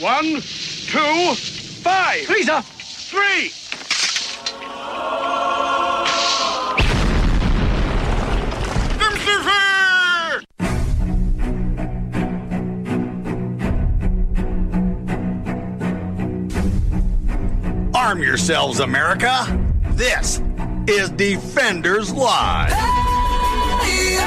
One, two, five. Lisa! Three. Arm yourselves, America. This is Defenders Live. Here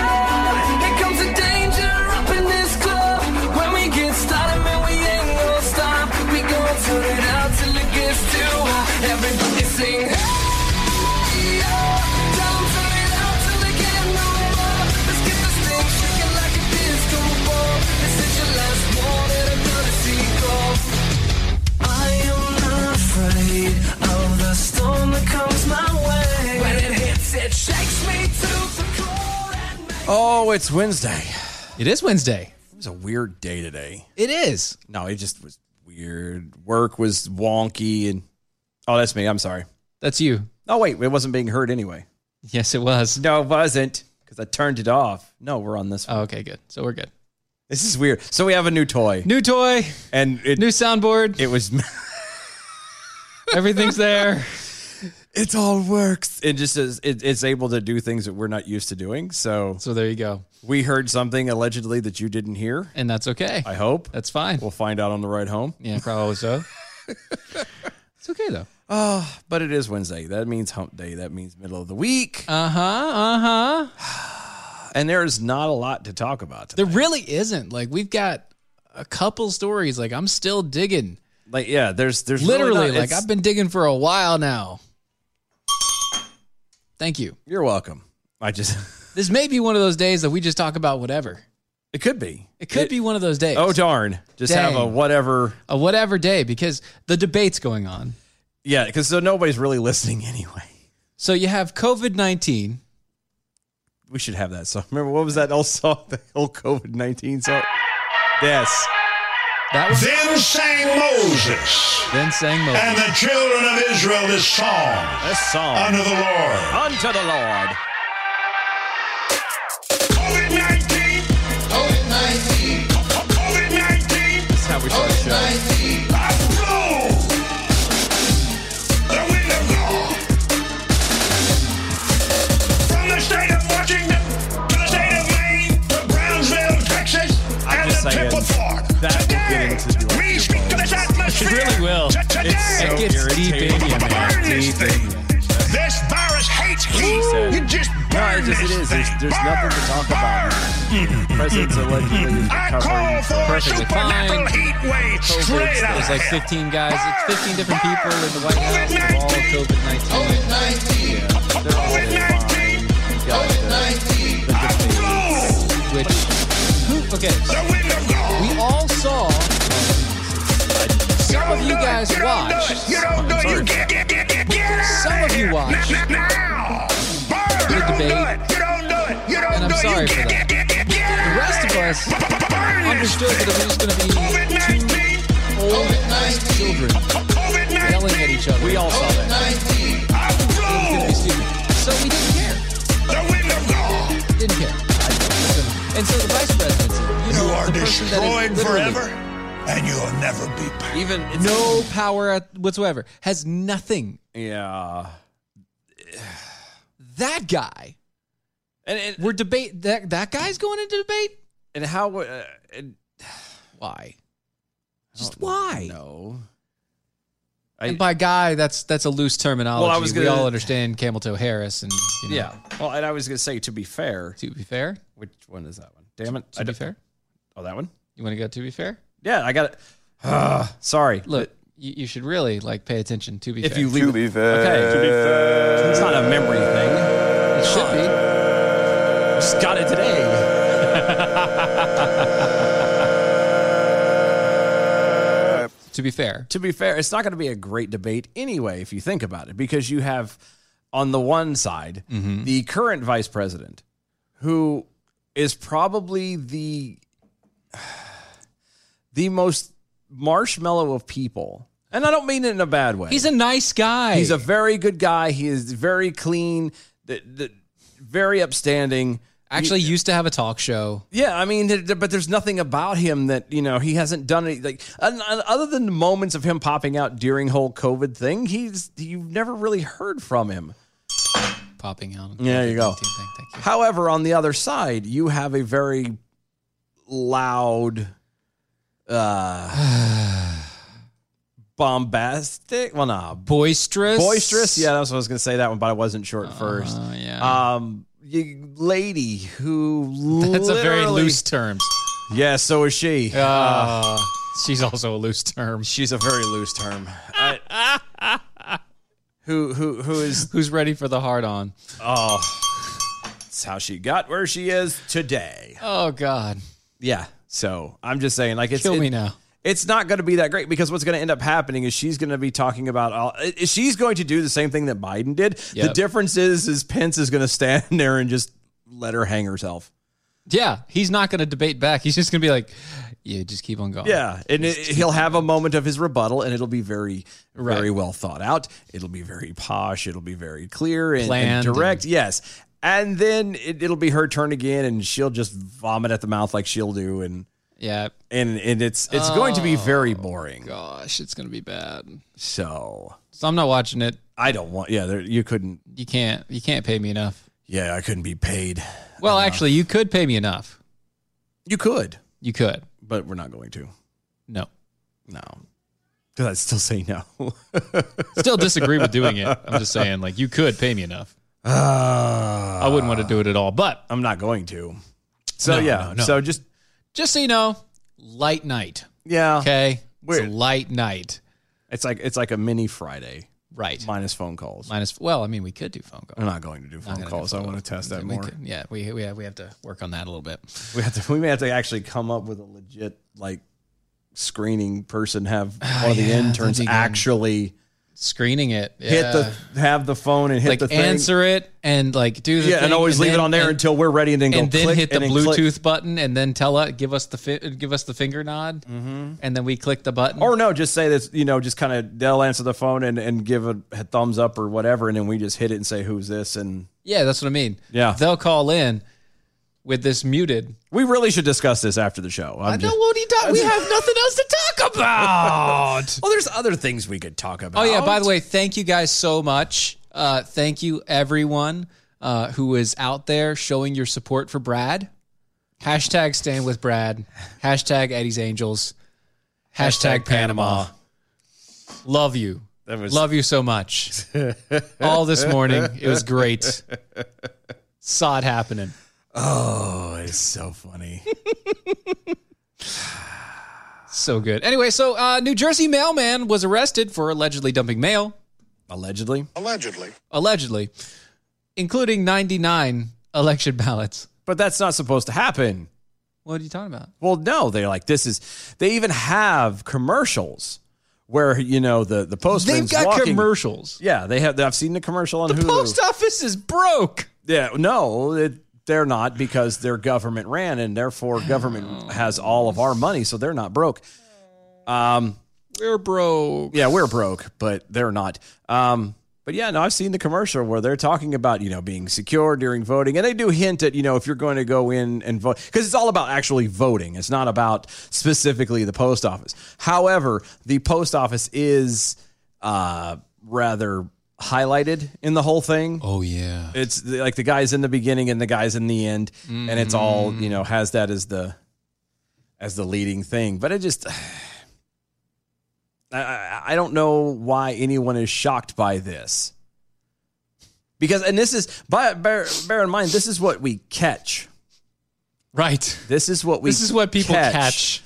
comes the danger up in this club. When we get started, man, we ain't gonna stop. We gonna turn it out till it gets too hot. Everybody sing. "Hey, yo." Don't turn it out till they can't no more. Let's get this thing shaking like a disco ball. This is your last warning, I'm gonna see go. I am not afraid of the storm that comes my way. When it hits, it shakes me to the core. And Oh, it's Wednesday. It is Wednesday. It was a weird day today. It is. No, it just was weird. Work was wonky and oh, that's me. I'm sorry. That's you. Oh wait, it wasn't being heard anyway. Yes, it was. No, it wasn't because I turned it off. No, we're on this. one. Oh, okay, good. So we're good. This is weird. So we have a new toy, New toy, and it new soundboard. it was Everything's there. it all works. It just is. It, it's able to do things that we're not used to doing. So So there you go. we heard something allegedly that you didn't hear. And that's okay. I hope That's fine. we'll find out on the ride home. Yeah, probably so. it's okay though. But it is Wednesday. That means hump day. That means middle of the week. Uh huh. Uh huh. and there is not a lot to talk about. There really isn't. Like we've got a couple stories. Like I'm still digging. Like yeah, there's there's really Literally, not- like it's- I've been digging for a while now. Thank you. you're welcome. I just This may be one of those days that we just talk about whatever. it could be. It could be one of those days. Oh darn! Just have a Dang. whatever. a whatever day because the debate's going on. Yeah, because so nobody's really listening anyway. So you have COVID nineteen. We should have that song. Remember what was that old song? The old COVID nineteen song. Yes. That was Then sang Moses then sang and Moses. the children of Israel this song This song. unto the Lord. Unto the Lord. COVID 19! COVID 19! That's how we start the show. that will get into It your- your really will. It's Today, so It gets deep in irritating. you, man. burn this thing. This virus hates heat. said. You just No, burn it just it this thing. is. There's, there's nothing to Burn, talk about. burn. President's allegedly I call recovering for a perfectly supernatural fine. heat wave straight out There's of like hell. 15 guys. It's 15 different people in the White House. They're all COVID nineteen. COVID-19. Blow Which who? Okay, so the wind of God. we all saw. Some of don't you do it. guys don't do it. watched. You don't do it. You Sorry. get, get, get, get, get out Some of you here. watched. Now, now, Burn. The You don't do debate. it. You don't do it. You don't And I'm do it. sorry you for get, that. Get, get, get, get The rest of us Understood that it was just going to be two COVID-19. old children COVID-19. yelling at each other. We all saw that. Gonna be Blow stupid. So we didn't care. the wind of God. Didn't care. And so the vice presidency, you know, You are the person that is destroyed literally forever, and you'll never be back. Even No power at- whatsoever. Has nothing. Yeah. That guy. And and, We're debate. That that guy's going into debate. and how? Uh, and, Why? Just why? No. I- And by guy, that's that's a loose terminology. Well, I was we gonna- all understand Camel Toe Harris, and you know, Yeah. Well, and I was gonna say to be fair, To be fair, which one is that one? Damn it. to I be don't- fair, Oh, that one. you want to go to be fair? Yeah, I got it. Ah, sorry. Look, you, you should really like pay attention. To be if fair, you leave, to be fair. okay, to be fair. It's not a memory thing. it should be. Just got it today. To be fair, To be fair, it's not going to be a great debate anyway, if you think about it, because you have on the one side Mm-hmm. the current vice president, who is probably the the most marshmallow of people, and I don't mean it in a bad way. he's a nice guy. He's a very good guy. He is very clean, th- th- very upstanding. Actually, used to have a talk show. Yeah, I mean, there- there- but there's nothing about him that you know he hasn't done it like un- un- other than the moments of him popping out during whole COVID thing. He's you've never really heard from him. Popping out. Yeah, there you go. Thank you, thank you. However, on the other side, you have a very loud, uh, bombastic. Well, nah, Boisterous. boisterous. Yeah, that's what I was gonna say that one, but I wasn't short first. Uh, yeah. Um, you, lady who That's a very literally- loose term. Yeah, so is she. Uh, she's also a loose term. She's a very loose term. I- who who who is? Who's ready for the hard on? Oh, that's how she got where she is today. Oh God, Yeah. So I'm just saying, like, it's kill it- me now. It's not going to be that great because what's going to end up happening is she's going to be talking about all. i- She's going to do the same thing that Biden did. The Yep. difference is, is Pence is going to stand there and just let her hang herself. Yeah, he's not going to debate back. He's just going to be like, "Yeah, just keep on going." Yeah, and it, he'll have a moment of his rebuttal, and it'll be very, very Right. well thought out. It'll be very posh. It'll be very clear and, and Planned direct. yes, and then it, it'll be her turn again, and she'll just vomit at the mouth like she'll do, and yeah. and and it's it's going to be Oh, very boring. Gosh, it's going to be bad. So So I'm not watching it. I don't want. Yeah, there, you couldn't. You can't. You can't pay me enough. Yeah, I couldn't be paid. Well, actually, you could pay me enough. You could, You could. but we're not going to. No. No, because I'd still say no. Still disagree with doing it. I'm just saying, like, you could pay me enough. I wouldn't want to do it at all. But I'm not going to. So Ah. No, yeah. no, no. So just just so you know, light night. yeah. Okay. It's a Uh, Weird. light night. It's like it's like a mini Friday Right. minus phone calls. Minus. Well, I mean, we could do phone calls. I'm not going to do phone gonna calls. do I phone want to calls. test that We more. could- yeah, we we have, we have to work on that a little bit. We have to. We may have to actually come up with a legit like screening person. Have one of the Ah, yeah, interns that'd be good. actually Screening it. hit yeah. the have the phone and hit like the thing. answer it and like do the Yeah, thing and always leave it then- on there and, until we're ready, and then go and then click, hit the and click. Bluetooth button and then tell us give us the fi- give us the finger nod and then we click the button. Mm-hmm. Or no, just say this. You know, just kind of they'll answer the phone and, and give a, a thumbs up or whatever, and then we just hit it and say who's this, and yeah, that's what I mean. Yeah. they'll call in with this muted. we really should discuss this after the show. I'm just- what he do- we have nothing else to talk about. well, there's other things we could talk about. Oh yeah, by the way, thank you guys so much. Uh, thank you everyone uh, who is out there showing your support for Brad. Hashtag stand with Brad. Hashtag Eddie's Angels. Hashtag, Panama. Love you. That was- Love you so much. All this morning. It was great. Saw it happening. Oh, it's so funny. So good. Anyway, so uh, New Jersey mailman was arrested for allegedly dumping mail. Allegedly. Allegedly. Allegedly. Including 99 election ballots. But that's not supposed to happen. What are you talking about? Well, no, they're like this is. They even have commercials where you know the the postman's They've got walking. commercials. Yeah, they have. I've seen the commercial on The Hulu. post office is broke. yeah, no, it, they're not because their government ran and therefore Oh. government has all of our money, so they're not broke. Um, We're broke. yeah, we're broke, but they're not. Um, but yeah, no, I've seen the commercial where they're talking about you know being secure during voting, and they do hint at you know if you're going to go in and vote because it's all about actually voting. It's not about specifically the post office. However, the post office is uh, rather highlighted in the whole thing. Oh yeah. It's the- like the guys in the beginning and the guys in the end, and it's all Mm-hmm. you know has that as the as the leading thing. But it just, I, I, I don't know why anyone is shocked by this, because and this is by, bear bear in mind this is what we catch. Right. This is what we. This is what people catch.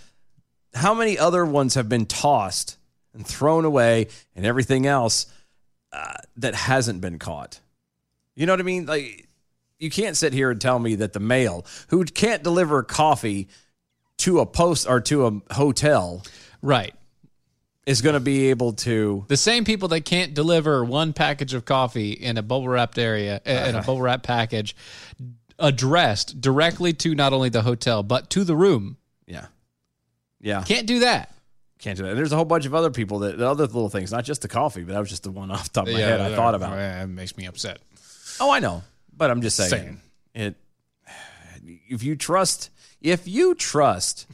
How many other ones have been tossed and thrown away and everything else uh, that hasn't been caught? You know what I mean? Like, you can't sit here and tell me that the mail, who can't deliver coffee to a post or to a hotel, Right. is going to be able to. The same people that can't deliver one package of coffee in a bubble wrapped area uh, in a bubble wrap package addressed directly to not only the hotel but to the room. Yeah. Yeah. Can't do that. Can't do that. And there's a whole bunch of other people that, the other little things, not just the coffee, but that was just the one off the top of my head I thought about. It makes me upset. Oh, I know, but I'm just saying Saying. it. if you trust if you trust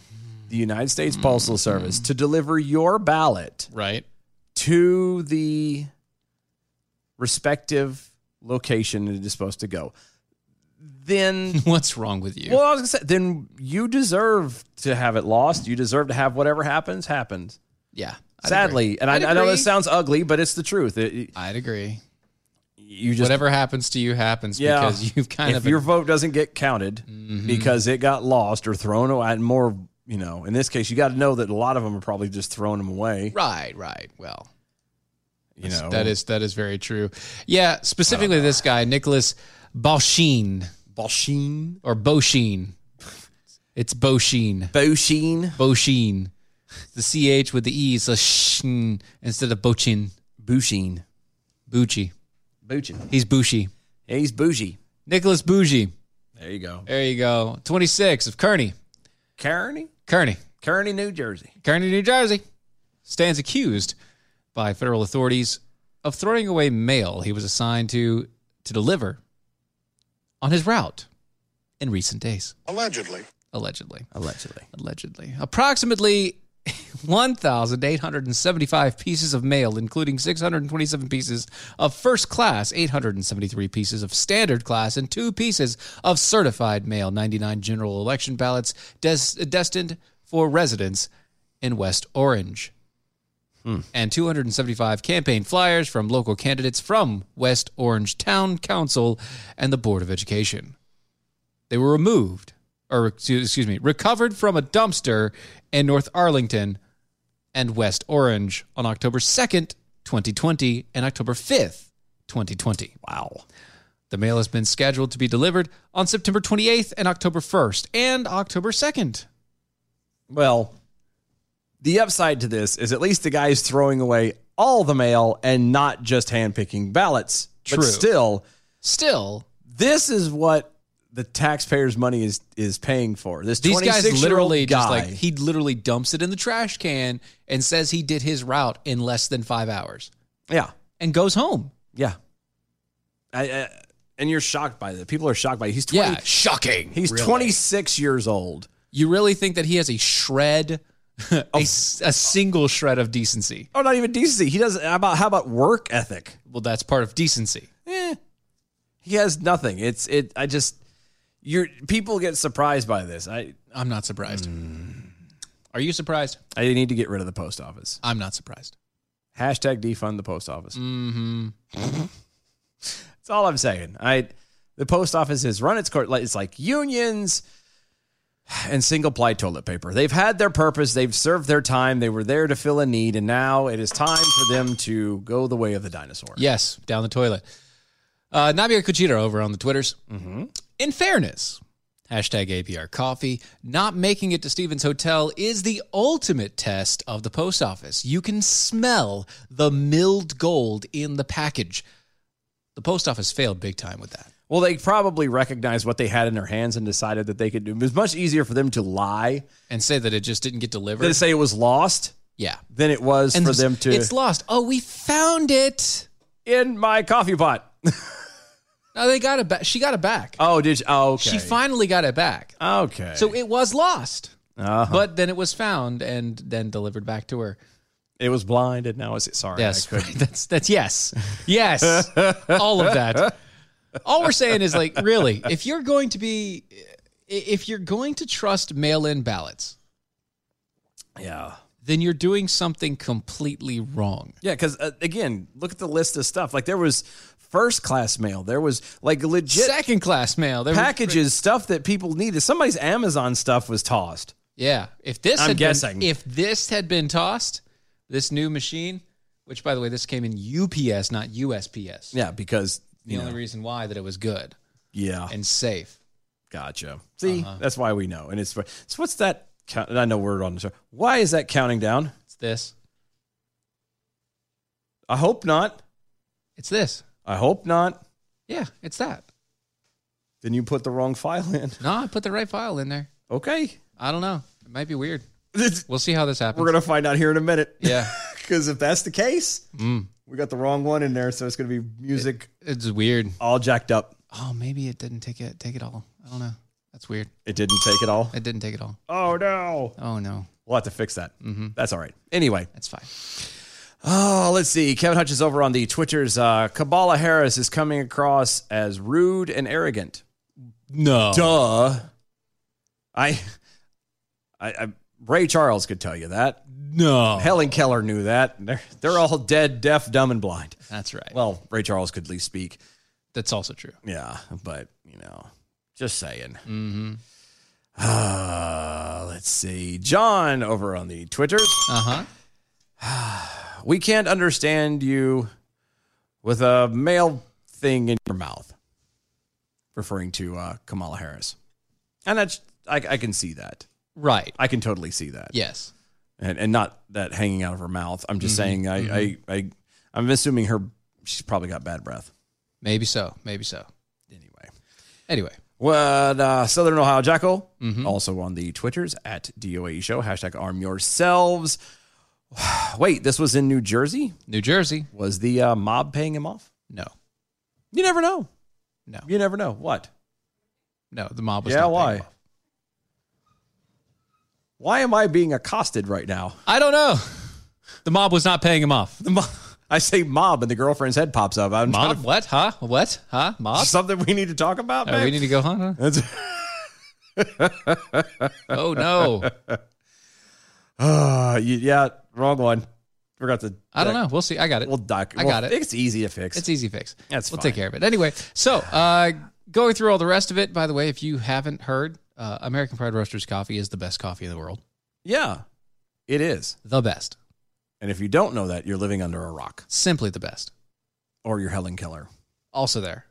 the United States Mm-hmm. Postal Service to deliver your ballot right? to the respective location it is supposed to go, then What's wrong with you? well, I was gonna say then you deserve to have it lost. You deserve to have whatever happens happens. Yeah. I'd Sadly, agree. and I'd I, I know agree. this sounds ugly, but it's the truth. It- it- I'd agree. you just Whatever happens to you happens Yeah. because you've kind if of Mm-hmm. your vote doesn't get counted because it got lost or thrown away, and more, you know, in this case, you got to know that a lot of them are probably just throwing them away. right, right. Well, You know, that is that is very true. Yeah, specifically this guy Nicholas Balshin Bosheen. or Boshin. It's Boshin. Bosheen. Boshin. The ch with the e, so shin instead of Bochin. Bosheen. Bucci. Boochin. He's Bushi. He's bougie. Nicholas Bougie. There you go. There you go. 26 of Kearney. Kearney. Kearney. Kearney, New Jersey. Kearney, New Jersey, stands accused by federal authorities of throwing away mail he was assigned to to deliver on his route in recent days, Allegedly. allegedly. Allegedly. Allegedly. Approximately 1,875 pieces of mail, including 627 pieces of first class, 873 pieces of standard class, and two pieces of certified mail, 99 general election ballots des- destined for residents in West Orange. And 275 campaign flyers from local candidates from West Orange Town Council and the Board of Education they were removed or excuse excuse me recovered from a dumpster in north arlington and west orange on october 2nd 2020 and october 5th 2020 wow the mail has been scheduled to be delivered on september 28th and october 1st and october 2nd Well, the upside to this is at least the guy is throwing away all the mail and not just handpicking ballots. True. But still, still this is what the taxpayers' money is is paying for. This these guys 26 year old literally guy, just like he literally dumps it in the trash can and says he did his route in less than five hours yeah, and goes home yeah. I, I, and you're shocked by that. People are shocked by it. he's twenty. yeah shocking he's really. twenty six years old. You really think that he has a shred, a, s- a single shred of decency? Oh, not even decency. He doesn't. How about how about work ethic? Well, that's part of decency. Eh, he has nothing. It's it. I just you're people get surprised by this. I I'm not surprised. Are you surprised? I need to get rid of the post office. I'm not surprised. Hashtag defund the post office. Mm-hmm. That's all I'm saying. I the post office has run its court. like- It's like unions and single ply toilet paper. They've had their purpose. They've served their time. They were there to fill a need, and now it is time for them to go the way of the dinosaur. Yes, down the toilet. Uh, Nabia Kuchita over on the Twitters. In fairness, hashtag APR coffee, not making it to Stevens Hotel is the ultimate test of the post office. You can smell the milled gold in the package. The post office failed big time with that. Well, they probably recognized what they had in their hands and decided that they could do. It was much easier for them to lie And say that it just didn't get delivered. than to say it was lost Yeah. than it was for them to It's lost. Oh, we found it. in my coffee pot. No, they got it back. She got it back. Oh, did you? Oh, okay. She finally got it back. Okay. So it was lost, Uh-huh. but then it was found and then delivered back to her. It was blind, and now it's sorry. Yes, I right. couldn't. that's that's yes, yes, all of that. All we're saying is like, really, if you're going to be, if you're going to trust mail-in ballots, yeah, then you're doing something completely wrong. yeah. Because uh, again, look at the list of stuff. Like there was first class mail. There was like legit Second-class mail, there was- packages, stuff that people needed. Somebody's Amazon stuff was tossed. Yeah. If this I'm had been- guessing. if this had been tossed, this new machine, which by the way, this came in UPS, not USPS. Yeah, because The you know, only reason why that it was good yeah, and Uh-huh. safe. gotcha. See, that's why we know. And it's so what's that? Count, I know we're on the show. Why is that counting down? It's this. I hope not. It's this. I hope not. Yeah, it's that. Then you put the wrong file in. No, I put the right file in there. Okay, I don't know. It might be weird. We'll see how this happens. we're gonna find out here in a minute. yeah. Because if that's the case, we got the wrong one in there, so it's going to be music It's weird. all jacked up. Oh, maybe it didn't take it take it all. I don't know. That's weird. It didn't take it all. It didn't take it all. Oh no. Oh no, We'll have to fix that. That's all right. Anyway, that's fine. oh, let's see. Kevin Hutch is over on the Twitters. Uh, Kabbalah Harris is coming across as rude and arrogant. No, Duh. I, I, I Ray Charles could tell you that. no, Helen Keller knew that. They're, they're all dead, deaf, dumb, and blind. that's right. Well, Well, Ray Charles could at least speak. that's also true. Yeah, but you know, just saying. Mm-hmm. Uh, let's see. John over on the Twitters. Uh huh. We can't understand you with a male thing in your mouth, referring to uh, Kamala Harris. And that's, I, I can see that. Right. I can totally see that. Yes. and, and not that hanging out of her mouth. I'm just saying, I, I, I, I'm assuming her, she's probably got bad breath. Maybe so. Maybe so. Anyway, Anyway. what uh, Southern Ohio Jackal also on the Twitters at DOAE Show hashtag Arm Yourselves. Wait, this was in New Jersey. New Jersey. Was the uh, mob paying him off? No. You never know. No. You never know what. No. The mob was. yeah, not paying why? him off. Why am I being accosted right now? I don't know. The mob was not paying him off. The mo- I say mob, and the girlfriend's head pops up. I'm Mob? trying What? Huh? What? Huh? to- Mob? something we need to talk about. Oh, babe? we need to go, huh? huh? That's- Oh no. Uh, you, yeah, wrong one. Forgot to. I don't know. We'll see. I got it. We'll doc. I we'll- got it. It's easy to fix. It's easy fix. That's we'll fine. take care of it. Anyway, so uh, going through all the rest of it. By the way, if you haven't heard, uh, American Pride Roasters coffee is the best coffee in the world. yeah, it is. The best. And if you don't know that, you're living under a rock, Simply the best. or you're Helen Keller, Also there.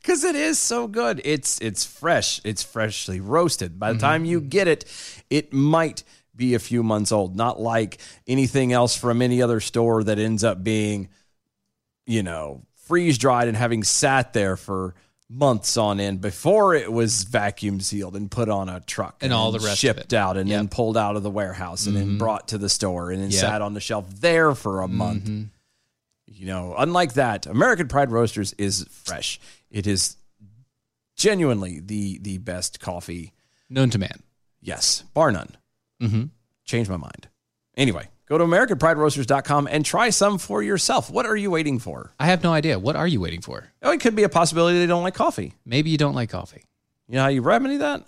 because it is so good. It's it's fresh. It's freshly roasted. By the Mm-hmm. time you get it, it might be a few months old. Not like anything else from any other store that ends up being, you know, freeze dried and having sat there for. Months on end before it was vacuum sealed and put on a truck And all the rest of shipped it. out. out and then pulled out of the warehouse and then brought to the store and then Mm-hmm. Yep. Mm-hmm. sat on the shelf there for a month. You know, unlike that, American Pride Roasters is fresh. It is genuinely the the best coffee. Known to man. Yes, bar none. Mm-hmm. Change my mind. Anyway, go to AmericanPrideRoasters.com and try some for yourself. What are you waiting for? I have no idea. What are you waiting for? Oh, it could be a possibility they don't like coffee. Maybe you don't like coffee. You know how you remedy that?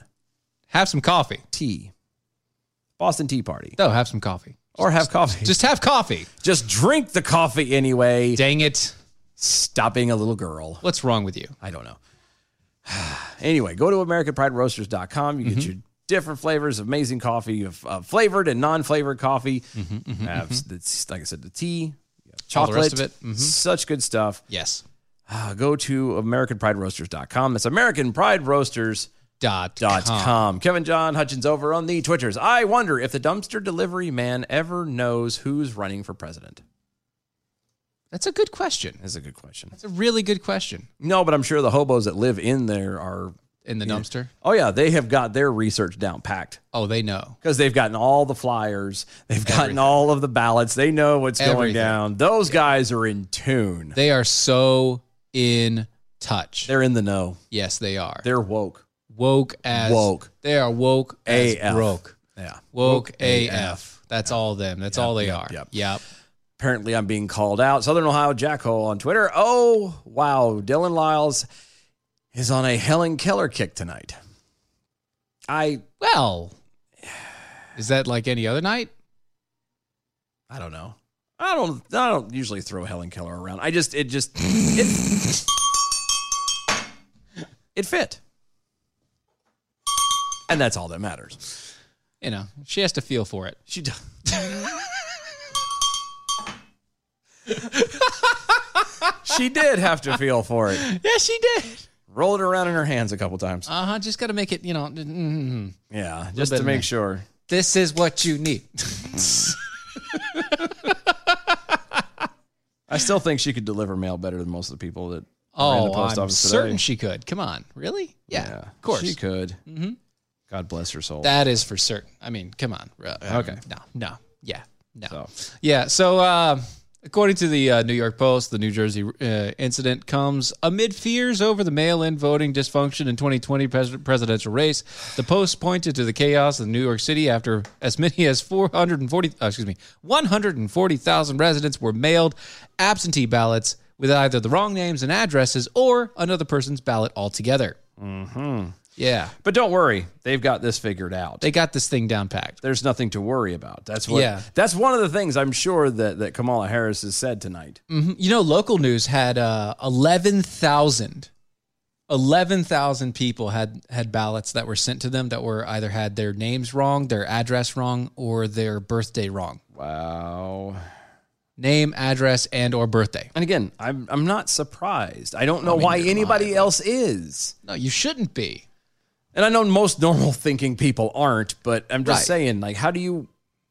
Have some coffee. Tea. Boston Tea Party. No, have some coffee. Or have coffee. Just, Just have coffee. just drink the coffee anyway. Dang it. Stop being a little girl. What's wrong with you? I don't know. anyway, go to AmericanPrideRoasters.com. You get Mm-hmm. your different flavors of amazing coffee. You have uh, flavored and non flavored coffee. You have, the- like I said, the tea, you have Mm-hmm, All the chocolate. rest of it. Mhm. Such good stuff. Yes. Uh, go to AmericanPrideRoasters.com. That's AmericanPrideRoasters.com. Dot, Kevin John Hutchins over on the Twitters. I wonder if the dumpster delivery man ever knows who's running for president. That's a good question. That's a good question. It's a really good question. No, but I'm sure the hobos that live in there are In the dumpster. Oh yeah, they have got their research down packed Oh, they know. because they've gotten all the flyers, they've gotten all of the ballots. They know what's going Everything. down. Those guys are in tune. They are so in touch. They're in the know. yes, they are. They're woke. woke as Woke. They are woke as AF. broke. Yeah. Woke, AF. That's all them. That's all they are. yep. Yep. Apparently, I'm being called out. Southern Ohio Jackhole on Twitter. Oh wow, Dylan Lyles is on a Helen Keller kick tonight. I Well, is that like any other night? I don't know. I don't. I don't usually throw Helen Keller around. I just. It just. It, it fit. And that's all that matters. You know, she has to feel for it. She does. she did have to feel for it. Yeah, she did. Rolled it around in her hands a couple times. Uh huh. Just got to make it, you know, mm, Yeah, just bit to in make there. sure. this is what you need. I still think she could deliver mail better than most of the people that ran the Oh, post I'm office certain today. she could. Come on. Really? Yeah. yeah, Of course. she could. God bless her soul. That is for certain. I mean, come on. Uh, Okay. No, no. Yeah. No. So. Yeah. So, uh, According to the uh, New York Post, the New Jersey uh, incident comes amid fears over the mail in voting dysfunction in 2020 pres- presidential race. The Post pointed to the chaos in New York City after as many as 440, uh, excuse me, 140,000 residents were mailed absentee ballots with either the wrong names and addresses or another person's ballot altogether. Mm-hmm. Yeah. But don't worry, they've got this figured out. They got this thing down packed. There's nothing to worry about. That's what. Yeah. That's one of the things I'm sure that that Kamala Harris has said tonight. You know, local news had uh, 11,000 11,000 people had had ballots that were sent to them that were either had their names wrong, their address wrong, or their birthday wrong. Wow. Name, address, and or birthday. And again, I'm I'm not surprised. I don't know why anybody else is. No, you shouldn't be. And I know most normal thinking people aren't, but I'm just Right. saying, like, how do you,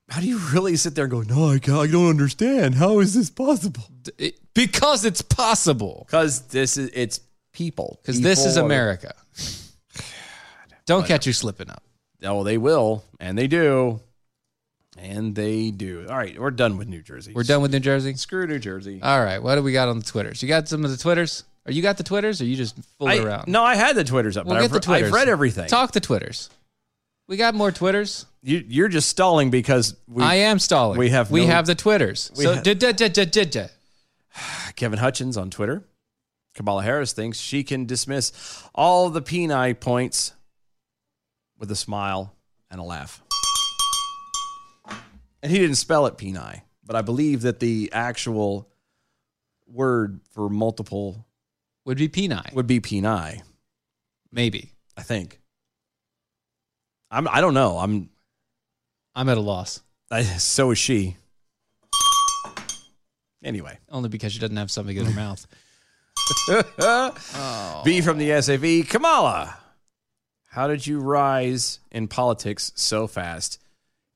how do you really sit there and go, no, I, ca- I don't understand. How is this possible? It- because it's possible. Because this is it's people. Because this is People are- America. Don't catch you slipping up. Oh, they will, and they do, and they do. All right, we're done with New Jersey. We're done with New Jersey. Screw New Jersey. All right, what do we got on the Twitters? You got some of the Twitters? Or you got the Twitters? Or you just fool I- around? no, I had the Twitters up, We'll but get I've, the re- Twitters. I've read everything. Talk the Twitters. We got more Twitters. You, you're just stalling because we, I am stalling. we have we no- have the Twitters. we so ha- da, da, da, da, da, da. Kevin Hutchins on Twitter. Kamala Harris thinks she can dismiss all the penai points with a smile and a laugh. And he didn't spell it penai, but I believe that the actual word for multiple would be P9. would be penai. Maybe. I think. I'm. I don't know. I'm. I'm at a loss. I, so is she. Anyway. Only because she doesn't have something in her mouth. B from the SAV. Kamala, how did you rise in politics so fast?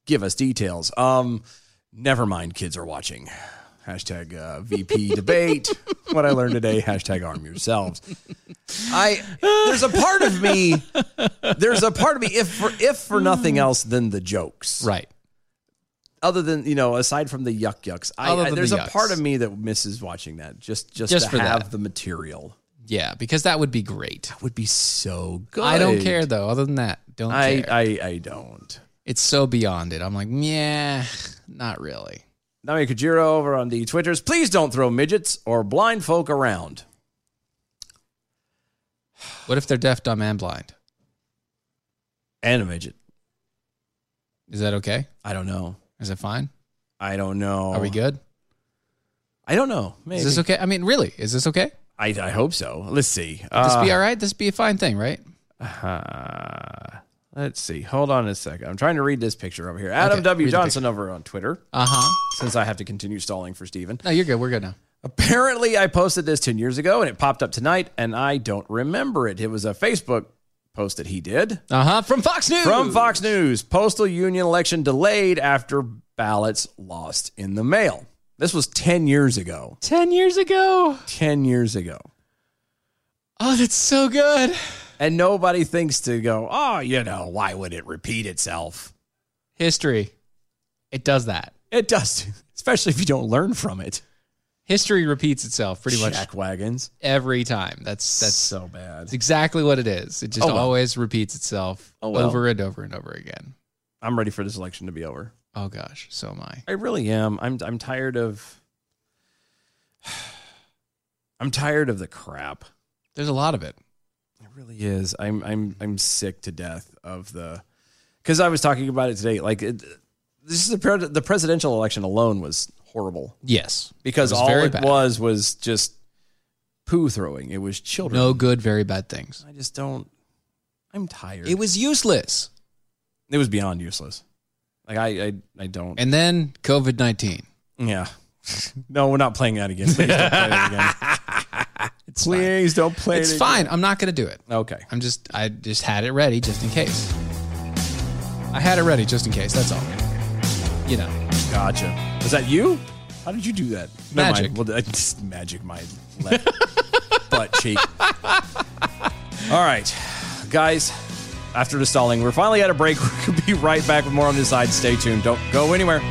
Give us details. Um, never mind. Kids are watching. Hashtag uh, VP debate. What I learned today. Hashtag arm yourselves. I there's a part of me. There's a part of me. If for if for nothing else than the jokes, Right. Other than you know, aside from the yuck yucks, I, Other I than there's the a part yucks. of me that misses watching that. Just just, Just to for have that. the material Yeah, because that would be great. would be so good. I don't care though. Other than that, don't I, care. I I don't. it's so beyond it. I'm like, yeah, not really. Nami Kajiro over on the Twitters. Please don't throw midgets or blind folk around. What if they're deaf, dumb, and blind? And a midget. Is that okay? I don't know. Is it fine? I don't know. Are we good? I don't know. Oh, Maybe. Is this okay? I mean, really, is this okay? I, I hope so. Let's see. This Uh, be all right. This be a fine thing, right? uh, let's see. Hold on a second. I'm trying to read this picture over here. Adam Okay, W. read the Johnson over on Twitter. Uh huh. Since I have to continue stalling for Steven. No, you're good. We're good now. Apparently, I posted this 10 years ago and it popped up tonight, and I don't remember it. It was a Facebook post that he did. Uh huh. From Fox News. From Fox News, postal union election delayed after ballots lost in the mail. This was 10 years ago. Ten years ago. 10 years ago. Oh, that's so good. And nobody thinks to go, oh, you know, why would it repeat itself? History. It does that. It does, especially if you don't learn from it. History repeats itself pretty much Jack wagons. every time. That's that's so bad. that's exactly what it is. It just Oh, well. always repeats itself Oh, well. over and over and over again. I'm ready for this election to be over. Oh gosh, so am I. I really am. I'm I'm tired of I'm tired of the crap. There's a lot of it. It really is. I'm I'm I'm sick to death of the because I was talking about it today. Like it, this is the pre- the presidential election alone was horrible Yes. because It was all very it bad. was was just poo throwing. It was children. No good, very bad things. I just don't. I'm tired. It was useless. it was beyond useless. Like I I, I don't. And then COVID nineteen. yeah. no, we're not playing that again. Please don't play that again. It's fine. Please don't play. It's it fine. I'm not gonna do it. Again. Okay. I'm just I just had it ready just in case. I had it ready just in case. That's all. You know. Gotcha. Was that you? How did you do that? Never mind. Magic. Well, I just magic my left butt cheek. All right, guys. After the stalling, we're finally at a break. We'll be right back with more on this side. Stay tuned. Don't go anywhere.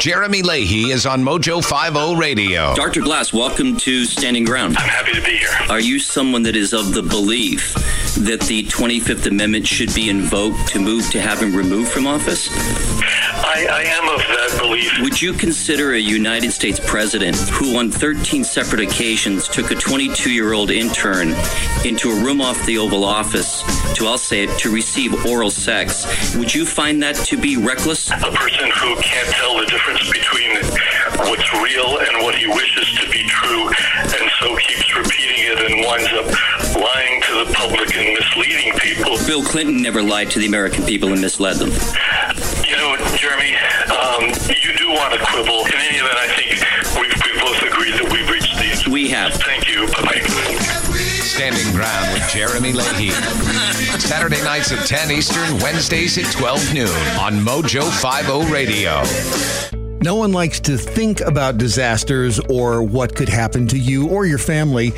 Jeremy Leahy is on Mojo 50 Radio. Dr. Glass, welcome to Standing Ground. I'm happy to be here. Are you someone that is of the belief that the 25th Amendment should be invoked to move to have him removed from office? I, I am of that belief. Would you consider a United States president who, on 13 separate occasions, took a 22 year old intern into a room off the Oval Office to, I'll say it, to receive oral sex? Would you find that to be reckless? A person who can't tell the difference between what's real and what he wishes to be true, and so keeps repeating it and winds up lying to the public and misleading people. Bill Clinton never lied to the American people and misled them. You know, Jeremy, um, you do want to quibble. In any event, I think we've, we've both agreed that we've reached these. We have. Thank you. Bye-bye. Standing Ground with Jeremy Leahy. Saturday nights at 10 Eastern, Wednesdays at 12 noon on Mojo 50 Radio. No one likes to think about disasters or what could happen to you or your family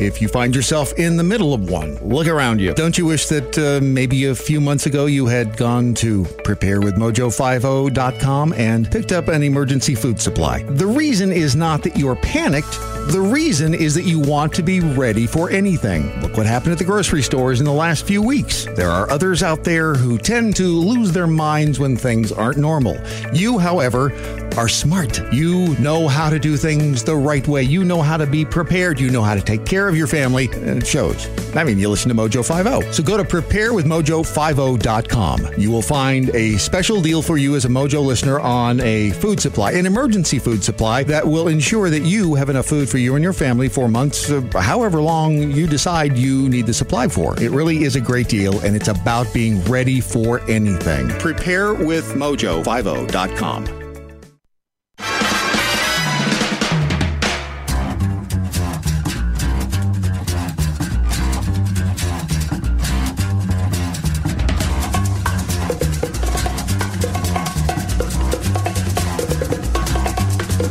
if you find yourself in the middle of one. Look around you. Don't you wish that uh, maybe a few months ago you had gone to preparewithmojo50.com and picked up an emergency food supply? The reason is not that you're panicked. The reason is that you want to be ready for anything. Look what happened at the grocery stores in the last few weeks. There are others out there who tend to lose their minds when things aren't normal. You, however, are smart. You know how to do things the right way. You know how to be prepared. You know how to take care of your family. And it shows. I mean, you listen to Mojo 50. So go to preparewithmojo50.com. You will find a special deal for you as a Mojo listener on a food supply, an emergency food supply that will ensure that you have enough food for you and your family for months, uh, however long you decide you need the supply for. It really is a great deal, and it's about being ready for anything. Preparewithmojo50.com.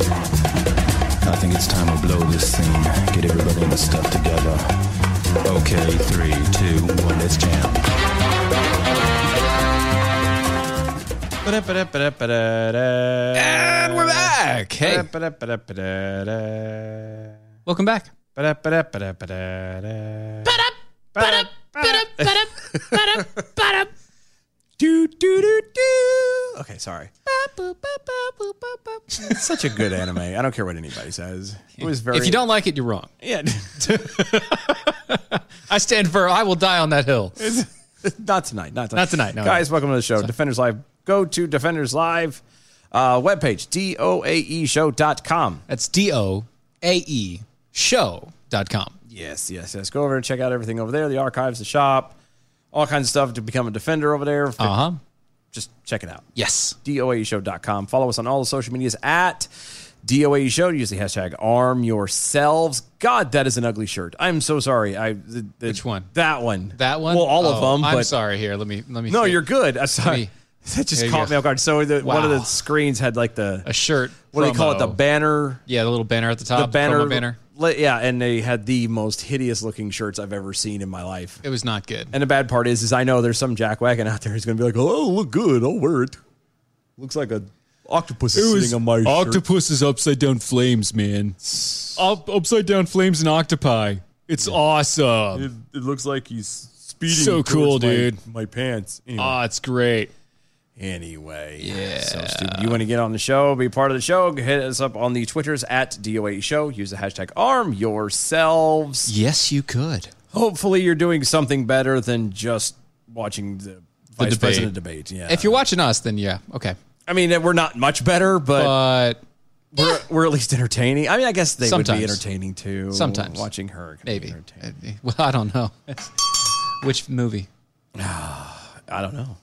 I think it's time to blow this scene. Get everybody in the stuff together. Okay, three, two, one, let's jam. And we're back. Hey, welcome back. Do do do do. Okay, sorry. It's such a good anime. I don't care what anybody says. It was very. If you don't like it, you're wrong. yeah, I stand for I will die on that hill. not tonight. Not tonight. Not tonight, no. Guys, welcome to the show. Defenders Live. Go to Defenders Live uh, webpage, doaeshow.com. That's D O A E show.com. Yes, yes, yes. Go over and check out everything over there the archives, the shop, all kinds of stuff to become a defender over there. Uh huh. Just check it out. Yes. E DOAEshow.com. Follow us on all the social medias at DOAE E Show. Use the hashtag arm yourselves. God, that is an ugly shirt. I'm so sorry. I the, the- Which one? That one. That one. Well, all of Oh, them. I'm but- sorry. Here, let me let me. No, see. you're good. I'm me- sorry. That just There you caught go. me off guard. So the, one of Wow. the screens had like the a shirt. what do they call it? promo. The banner. yeah, the little banner at the top. The banner. promo banner. le- yeah, and they had the most hideous looking shirts I've ever seen in my life. It was not good. And the bad part is, is I know there's some jackwagon out there who's going to be like, "Oh, look good. I'll wear it. Looks like a octopus is sitting on my shirt." is upside down flames, man. Up, upside down flames and octopi. It's awesome. It looks like he's speeding. So cool, towards my- dude. Uh, My pants. Anyway, Ah, it's great. anyway yeah. So stupid. You want to get on the show, be part of the show? Hit us up on the twitters at DOA Show. Use the hashtag Arm Yourselves. Yes, you could. Hopefully, you're doing something better than just watching the. Vice debate. president debate. Yeah, If you're watching us, then yeah, okay. I mean, we're not much better, but But we're, we're at least entertaining. I mean, I guess they would Sometimes. be entertaining too. Sometimes. watching her could be maybe. entertaining. Well, I don't know. Which movie? I don't know.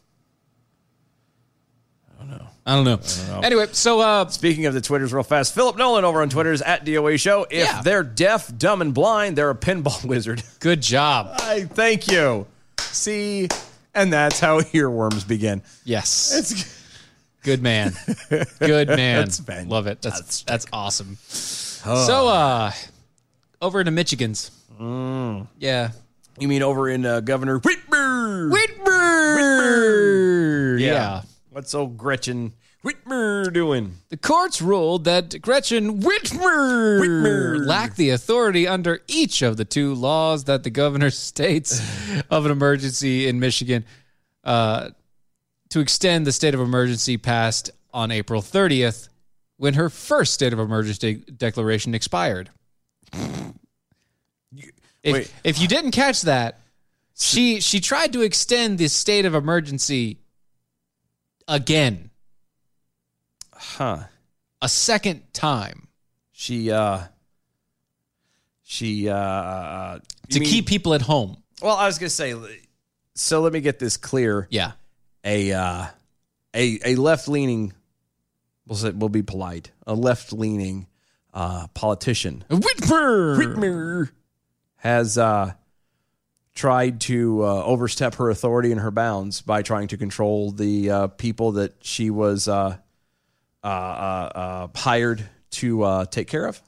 I don't know. Anyway, so uh, Speaking of the Twitters, real fast, Philip Nolan over on Twitter's at DOA Show. If Yeah. they're deaf, dumb, and blind, they're a pinball wizard. good job. I thank you. See, and that's how earworms begin. Yes, It's good man. Good man. That's fantastic. Love it. That's that's awesome. So uh, over to Michigan's. Mm. Yeah, you mean over in uh, Governor Whitmer? Whitmer. Yeah. What's old Gretchen Whitmer we're doing. The courts ruled that Gretchen Whitmer, lacked the authority under each of the two laws that the governor states of an emergency in Michigan uh, to extend the state of emergency passed on April 30th when her first state of emergency declaration expired. wait. If, if you didn't catch that, she she tried to extend the state of emergency again Huh. a second time She uh she uh, uh to keep people at home. Well, I was going to say so let me get this clear. Yeah. A uh a a left-leaning we'll say we'll be polite. A left-leaning uh politician Whitmer. has uh tried to uh, overstep her authority and her bounds by trying to control the uh, people that she was uh, uh, uh, uh, hired to uh, take care of.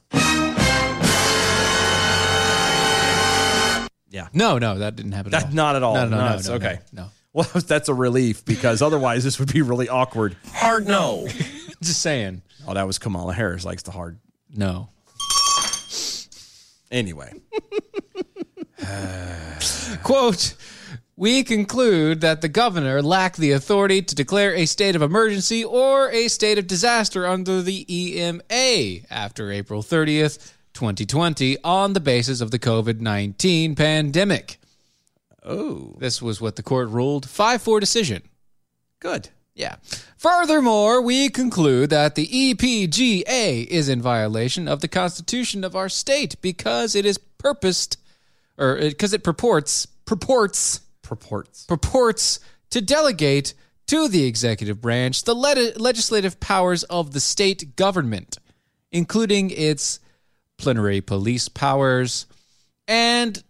No, no, that didn't happen. That, not at all. No, no, no, it's no, okay. no, no. Well, that's a relief because otherwise this would be really awkward. Hard no. Just saying. Oh, that was Kamala Harris likes the hard. No. Anyway, Quote We conclude that the governor lacked the authority to declare a state of emergency or a state of disaster under the EMA after April 30th, 2020, on the basis of the COVID 19 pandemic. Oh. This was what the court ruled 5 4 decision. good. Yeah. Furthermore, we conclude that the E EPGA is in violation of the Constitution of our state because it is purposed, or because it purports, purports, Purports. purports to delegate to the executive branch the le- legislative powers of the state government, including its plenary police powers, and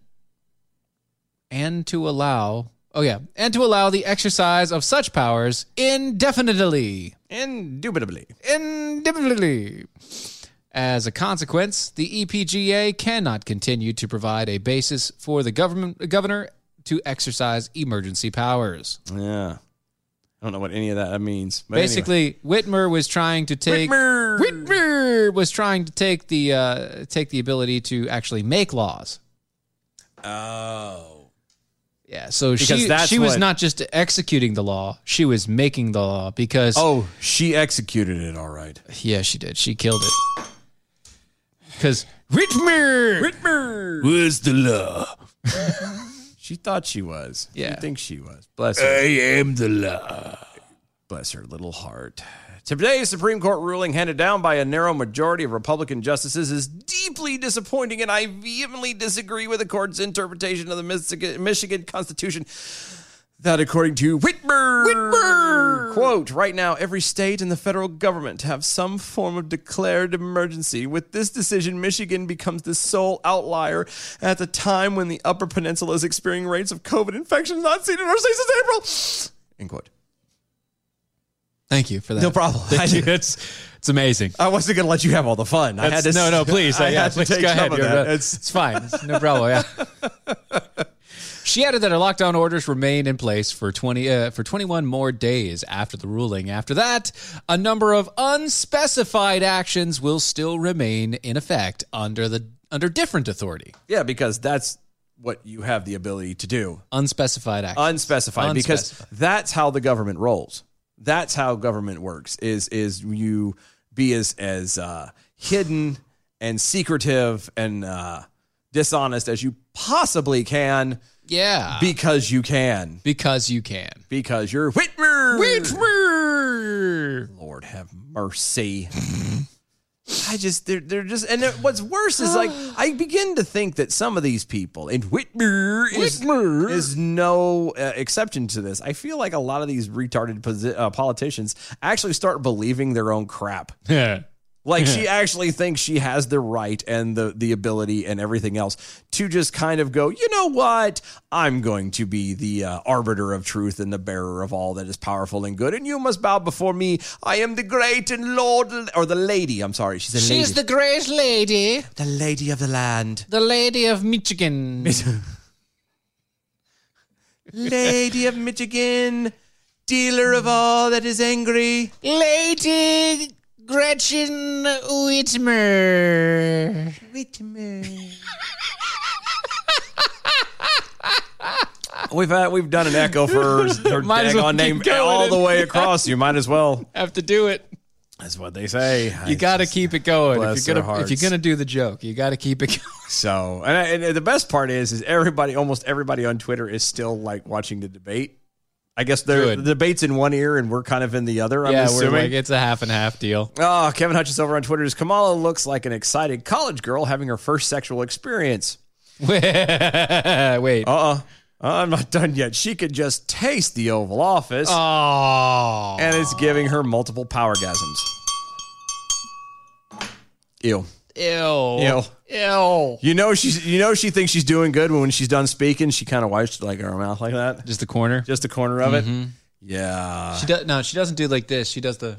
and to allow oh yeah and to allow the exercise of such powers indefinitely Indubitably. indefinitely as a consequence the E epga cannot continue to provide a basis for the government governor to exercise emergency powers Yeah. I don't know what any of that means. but anyway. basically whitmer was trying to take Whitmer. Whitmer was trying to take the uh, take the ability to actually make laws Oh. Yeah, so Because she that's she was what- not just executing the law; she was making the law because Oh, she executed it all right. yeah, she did. She killed it because Whitmer. was the law. she thought she was. Yeah. You think she was. Bless her. I am the law. Bless her little heart. Today's Supreme Court ruling, handed down by a narrow majority of Republican justices, is deeply disappointing, and I vehemently disagree with the court's interpretation of the Michigan, Michigan Constitution. That, according to Whitmer, quote, right now, every state and the federal government have some form of declared emergency. With this decision, Michigan becomes the sole outlier at the time when the Upper Peninsula is experiencing rates of COVID infections not seen in our state since April. End quote. Thank you for that. No problem. Thank I- you. It's it's amazing. I wasn't going to let you have all the fun. I had to. That's- no, no, please. I yeah, had to please take go some ahead. of You're that. right. It's, It's- fine. It's no problem. Yeah. she added that her lockdown orders remained in place for twenty uh, for twenty one more days after the ruling. After that, a number of unspecified actions will still remain in effect under the under different authority. Yeah, because that's what you have the ability to do. Unspecified actions. unspecified, because that's how the government rolls. That's how government works. Is is you be as as uh, hidden and secretive and uh, dishonest as you possibly can yeah, because you can because you can. because you're Whitmer. Whitmer. Lord have mercy. I just they're they're just and they're- what's worse is like I begin to think that some of these people and Whitmer is, Whitmer. is no uh, exception to this. I feel like a lot of these retarded posi- uh, politicians actually start believing their own crap. Yeah. Like she actually thinks she has the right and the the ability and everything else to just kind of go, you know what? I'm going to be the uh, arbiter of truth and the bearer of all that is powerful and good, and you must bow before me. I am the great and lord or the lady. I'm sorry, she's a She's lady, the great lady, the-, lady of the land, the lady of Michigan. lady of Michigan. dealer of all that is angry, Lady Gretchen Whitmer. Whitmer. We've had, we've done an echo for her, her Might as daggone well keep name going. all the way across. You might as well. Have to do it. That's what they say. You got to keep it going. bless If you're their gonna if you're hearts. gonna do the joke, you got to keep it going. So, and, I, and the best part is, is everybody, almost everybody on Twitter is still like watching the debate. I guess they're, Good. the debate's in one ear and we're kind of in the other. I'm yeah, assuming. we're like it's a half and half deal. Oh, Kevin Hutchins over on Twitter is Kamala looks like an excited college girl having her first sexual experience. Wait. Uh uh-uh. uh. i am not done yet. She could just taste the Oval Office. Oh. And it's giving her multiple power gasms. Ew. Ew. Ew. Ew. You know she's you know she thinks she's doing good when she's done speaking, she kind of wipes like her mouth like that. Just the corner. Just the corner of it. Mhm. Yeah. She does no. She doesn't do like this. She does the.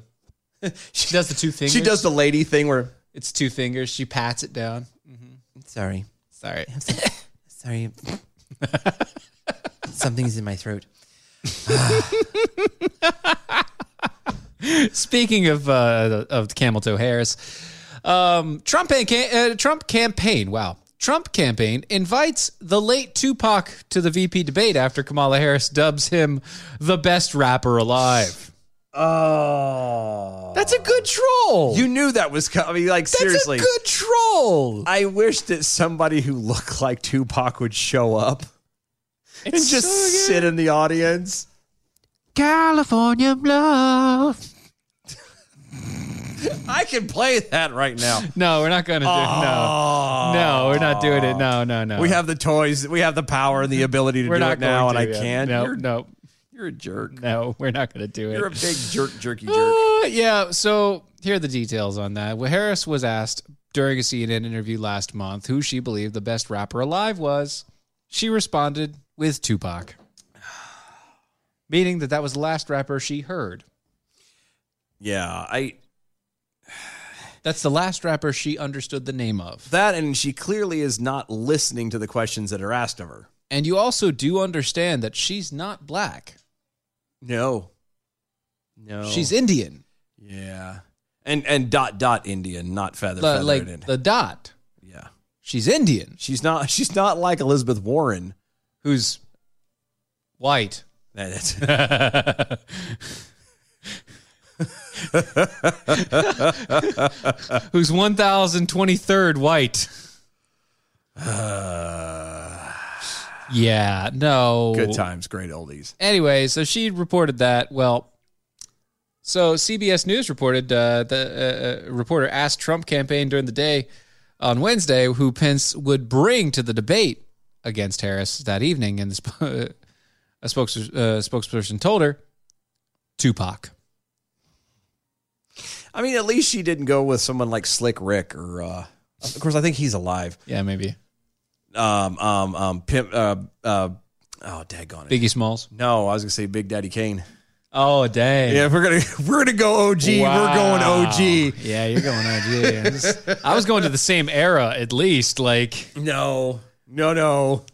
She does the two fingers. She does the lady thing where It's two fingers. She pats it down. Mm-hmm. sorry. Sorry. Sorry. Something's in my throat. Speaking of uh, of camel toe hairs, um, Trump and ca- uh, Trump campaign. Wow, Trump campaign invites the late Tupac to the VP debate after Kamala Harris dubs him the best rapper alive. Oh. That's a good troll. You knew that was coming. Like That's seriously, a good troll. I wish that somebody who looked like Tupac would show up and It's just so sit in the audience. California love. I can play that right now. No, we're not gonna do. Oh. No, no, we're not doing it. No, no, no. We have the toys. We have the power and the ability to We're do not it now, going and to, I yeah. can't. No, You're, no, you're a jerk. no. We're not gonna do it. You're a big jerk, jerky jerk. Uh, yeah. So here are the details on that. Well, Harris was asked during a CNN interview last month who she believed the best rapper alive was. She responded with Tupac, meaning that that was the last rapper she heard. Yeah, I That's the last rapper she understood the name of. that, and she clearly is not listening to the questions that are asked of her. And you also do understand that she's not black. No, no, She's Indian. yeah, and and dot dot Indian, not feather The, feathered. like the dot. yeah, She's Indian. she's not she's not like Elizabeth Warren. Who's white. That is. Who's 1023rd white. yeah, no. Good times, great oldies. Anyway, so she reported that. Well, so CBS News reported uh, the uh, uh, reporter asked Trump campaign during the day on Wednesday who Pence would bring to the debate against Harris that evening, and the sp- a spokes- uh, spokesperson told her Tupac. I mean, at least she didn't go with someone like Slick Rick or, uh, of course, I think he's alive. Yeah, maybe Um, um, um, Pimp, uh, uh, oh, daggone it. Biggie Smalls. no, I was gonna say Big Daddy Kane. Oh, dang. Yeah, if we're gonna we're gonna go OG. We're going OG. Yeah, you're going OG. I was- I was going to the same era at least. Like, No, no, no,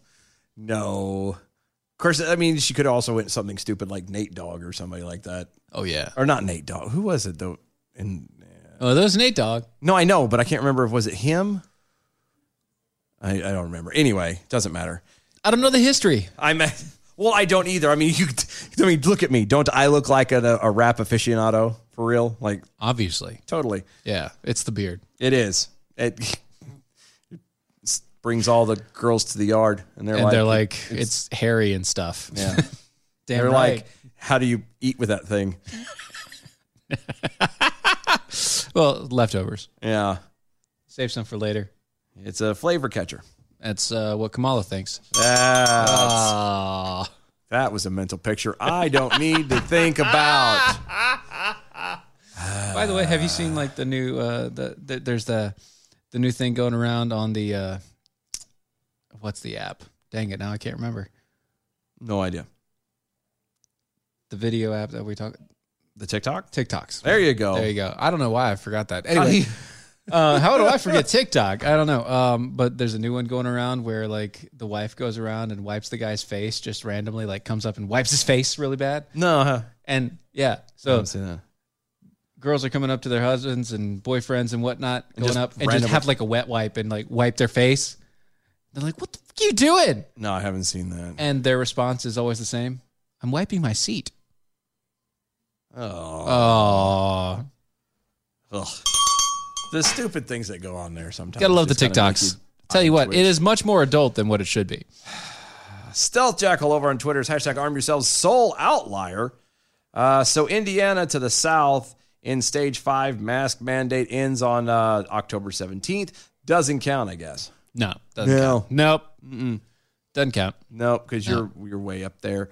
no. Of course, I mean, she could have also went something stupid like Nate Dogg or somebody like that, oh yeah. or not Nate Dogg. Who was it though? And Oh, there's Nate Dogg. no, I know, but I can't remember if was it him. I, I don't remember. Anyway, doesn't matter. I don't know the history. I'm well. I don't either. I mean, you. I mean, look at me. Don't I look like a, a rap aficionado for real? Like Obviously, totally. yeah. It's the beard. It is. It, it brings all the girls to the yard, and they're and like, they're like, it's, hairy and stuff. yeah. Damn They're right. like, how do you eat with that thing? well, leftovers. Yeah, Save some for later. it's a flavor catcher. That's uh, what Kamala thinks. That's- Ah, that was a mental picture. I don't need to think about. by the way, have you seen like the new uh, the, the there's the the new thing going around on the uh, what's the app? Dang it, now I can't remember No idea. the video app that we talk The TikTok. TikToks. There you go. There you go. I don't know why I forgot that. Anyway, uh, how do I forget TikTok? I don't know. Um, but there's a new one going around where like the wife goes around and wipes the guy's face just randomly, like comes up and wipes his face really bad. No, huh? And yeah, I so don't see that. girls are coming up to their husbands and boyfriends and whatnot, And going just up and just random- have like a wet wipe and like wipe their face. They're like, "What the fuck are you doing?" No, I haven't seen that. And their response is always the same: "I'm wiping my seat." Oh. Oh, Ugh. The stupid things that go on there sometimes. gotta love the just kinda make TikToks. you- Tell you what, it is much more adult than what it should be. Stealth Jackal over on Twitter's hashtag arm yourselves soul outlier. Uh, so Indiana to the south in stage five mask mandate ends on uh, October 17th. Doesn't count, I guess. No, doesn't No. count. Nope, Mm-mm. doesn't count. Nope, because you're you're way up there.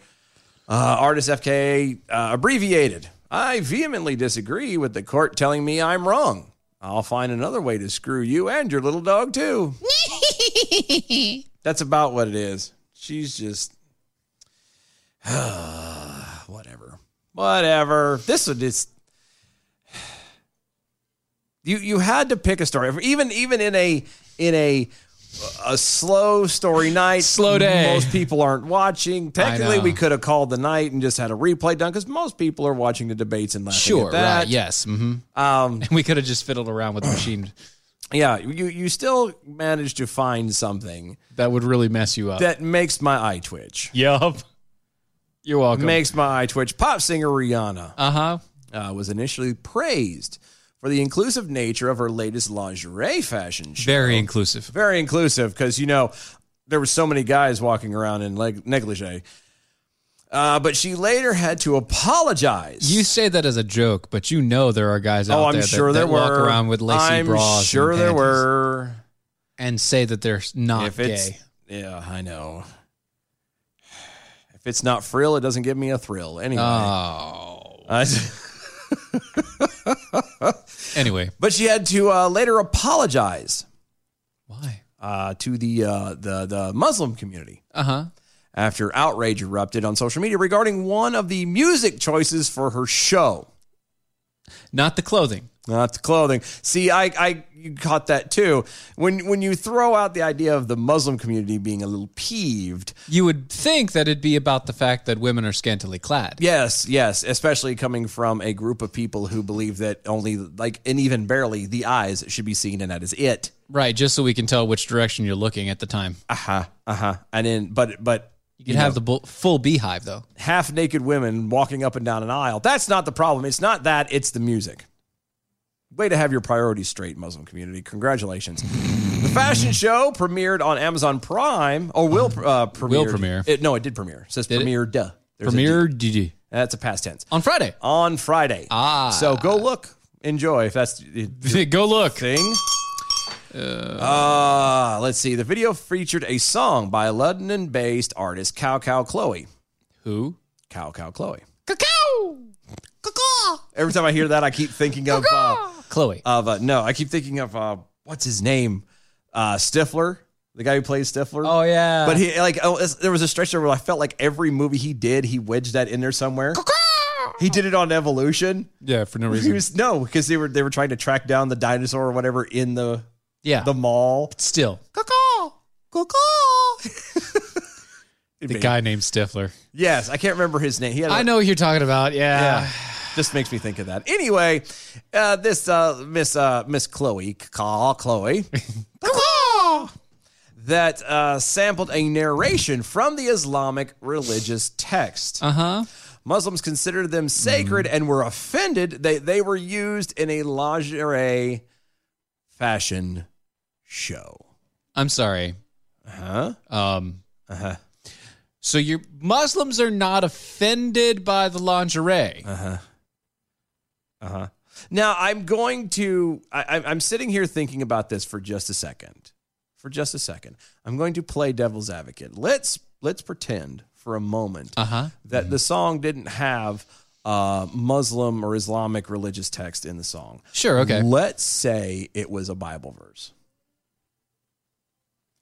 Uh, Artist FKA uh, abbreviated. I vehemently disagree with the court telling me I'm wrong. I'll find another way to screw you and your little dog too. That's about what it is. She's just whatever. Whatever. This would just you you had to pick a story. Even even in a in a a slow story night, Slow day. Most people aren't watching. Technically, know. we could have called the night and just had a replay done because most people are watching the debates and laughing Sure, at that. right? Yes, hmm Um, we could have just fiddled around with the machine. yeah. You you still managed to find something That would really mess you up. that makes my eye twitch. Yup. You're welcome. Makes my eye twitch. Pop singer Rihanna. uh huh. uh, was initially praised for the inclusive nature of her latest lingerie fashion show. Very inclusive. Very inclusive because, you know, there were so many guys walking around in leg- negligee. Uh, but she later had to apologize. You say that as a joke, but you know there are guys out oh, I'm there sure that, there that were. walk around with lacy I'm bras. and sure there panties were. and say that they're not If it's gay. yeah, I know. If it's not frill, it doesn't give me a thrill. Anyway, Oh. I- Anyway, but she had to uh, later apologize why? uh, to the uh, the the Muslim community. Uh huh. after outrage erupted on social media regarding one of the music choices for her show. Not the clothing. Not the clothing. See, I, I you caught that too. When when you throw out the idea of the Muslim community being a little peeved, You would think that it'd be about the fact that women are scantily clad. yes, yes, especially coming from a group of people who believe that only like and even barely the eyes should be seen, and that is it. Right, just so we can tell which direction you're looking at the time. Uh huh. Uh uh-huh. huh. And then, but but You could have the bu- full beehive, though. half naked women walking up and down an aisle. That's not the problem. It's not that, it's the music. Way to have your priorities straight, Muslim community. Congratulations. The fashion show premiered on Amazon Prime, or will uh, premiere. Will premiere. It, no, it did premiere. It says Did it? premiere duh. There's a Premiere D. DD. That's a past tense. On Friday. On Friday. Ah. So go look. Enjoy if that's your Go look. thing. Uh, let's see. The video featured a song by London-based artist Cow Cow Chloe. Who? Cow Cow Chloe. Cacao! Every time I hear that, I keep thinking of uh, Chloe. of uh, no, I keep thinking of uh, what's his name, uh, Stifler, the guy who plays Stifler. Oh, yeah. But he like oh, it's- there was a stretch there where I felt like every movie he did, he wedged that in there somewhere. He did it on Evolution. yeah, for no He reason. was no because they were they were trying to track down the dinosaur or whatever in the Yeah. the mall. Still. The guy named Stifler. Yes, I can't remember his name. He had a- I know what you're talking about. Yeah. Yeah. Just makes me think of that. Anyway, uh, this uh, Miss uh, Miss Chloe, call Chloe, that uh, sampled a narration from the Islamic religious text. Uh Mm. huh. Muslims considered them sacred and were offended that they were used in a lingerie fashion show. I'm sorry. Huh? Um, Uh huh. so your Muslims are not offended by the lingerie. Uh huh. Uh-huh. Now I'm going to. I, I'm- I'm sitting here thinking about this for just a second. For just a second, I'm going to play devil's advocate. Let's let's pretend for a moment Uh huh. that the song didn't have uh, Muslim or Islamic religious text in the song. Sure. Okay. Let's say it was a Bible verse.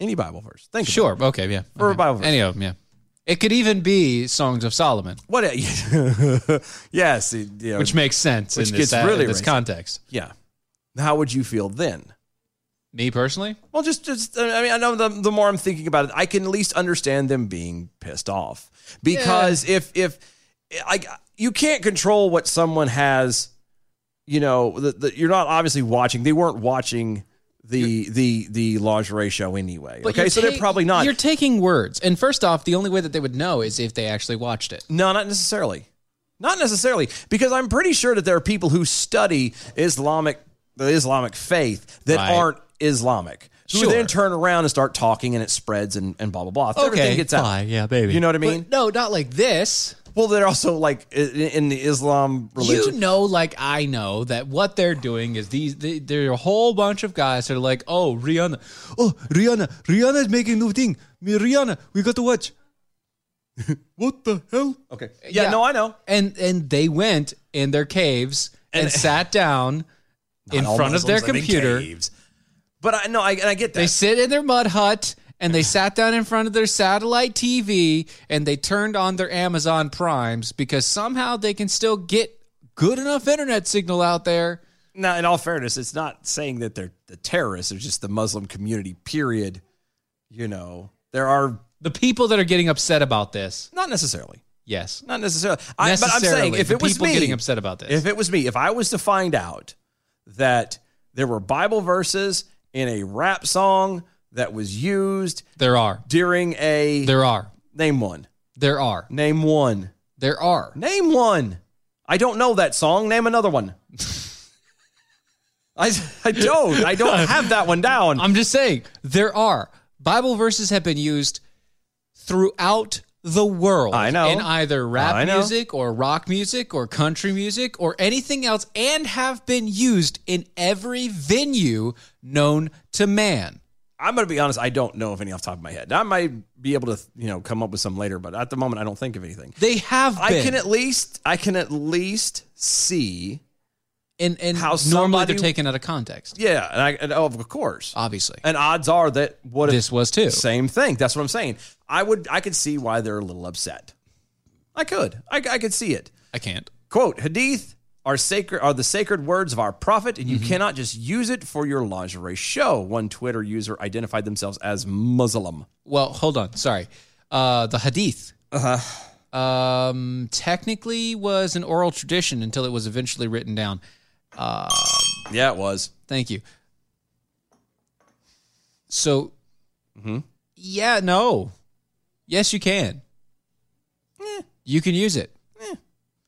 Any Bible verse? Think about Sure. Okay. Yeah. Or okay. a Bible verse. Any of them. Yeah. It could even be Songs of Solomon, What? a- yes. You know, which makes sense Which in this, gets uh, really this racist. context. yeah. How would you feel then? Me personally, Well, just, just uh, I mean, I know the, the more I'm thinking about it, I can at least understand them being pissed off because if if I you can't control what someone has. You know, the, the, you're not obviously watching. They weren't watching the the the lingerie show anyway. But okay, you're so they're ta- probably not. You're taking words, and first off, the only way that they would know is if they actually watched it. No, not necessarily. Not necessarily, because I'm pretty sure that there are people who study Islamic the Islamic faith that Right. aren't Islamic. Who Sure. then turn around and start talking, and it spreads and, and blah blah blah. If everything gets out, yeah, baby. You know what I mean? no, not like this. Well, they're also like i- in the Islam religion. You know, like I know that what they're doing is these. They, there are a whole bunch of guys that are like, "Oh, Rihanna, oh Rihanna, Rihanna's making a new thing. Me, Rihanna, we got to watch." what the hell? Okay. Yeah, no, I know. And and they went in their caves and, And- sat down in all front of their Muslims live in computer. caves. But I know, I, and I get that. They sit in their mud hut and they sat down in front of their satellite TV and they turned on their Amazon Primes because somehow they can still get good enough internet signal out there. Now, in all fairness, it's not saying that they're the terrorists. It's just the Muslim community. Period. You know, there are The people that are getting upset about this, not necessarily, yes, not necessarily. I, but I'm saying Necessarily, if the it was people me, getting upset about this, if it was me, if I was to find out that there were Bible verses in a rap song that was used there are, during a there are, name one, there are, name one, there are. name one. I don't know that song. Name another one. I, I don't. I don't have that one down. I'm just saying there are Bible verses have been used throughout the world. I know. in either rap I know. music or rock music or country music or anything else, and have been used in every venue known to man. I'm going to be honest. I don't know of any off the top of my head. I might be able to, you know, come up with some later, but at the moment, I don't think of anything. They have been. I can at least, I can at least see. and and how normally somebody- they're taken out of context. Yeah, and I, and, oh, of course, Obviously, and odds are that what Uh, this was too. same thing. That's what I'm saying. I would, I could see why they're a little upset. I could, I, I could see it. I can't. Quote: Hadith are sacred, are the sacred words of our prophet, and you Mm-hmm. cannot just use it for your lingerie show. One Twitter user identified themselves as Muslim. Well, hold on. Sorry. Uh, the Hadith. Uh-huh. Um, technically was an oral tradition until it was eventually written down. Yeah, it was. Thank you. So, Mm-hmm. yeah, no. Yes, you can. Eh, You can use it.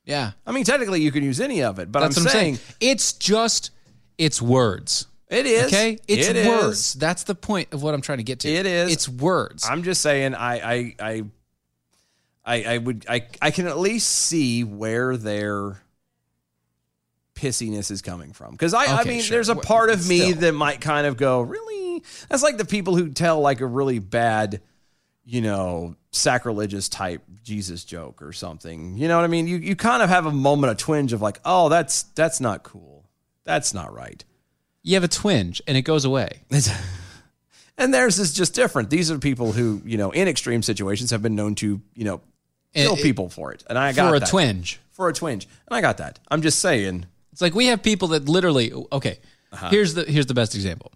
Yeah. I mean, technically, you can use any of it, Eh. but That's I'm, what I'm saying, saying. It's just, it's words. it is Okay? It's It is. words. That's the point of what I'm trying to get to. It is. It's words. I'm just saying, I, I, I, I, I would, I, I can at least see where their pissiness is coming from. Because I, I Okay, mean, sure. there's a Wh- part of me still. that might kind of go, really. That's like the people who tell like a really bad, you know, sacrilegious type Jesus joke or something. You know what I mean? You, you kind of have a moment, a twinge of like, oh, that's that's not cool. That's not right. you have a twinge and it goes away. and theirs is just different. These are people who, you know, in extreme situations have been known to, you know, kill it- people for it. And I got For a that. twinge. For a twinge. And I got that. I'm just saying. It's like we have people that literally okay. Here's the here's the best example.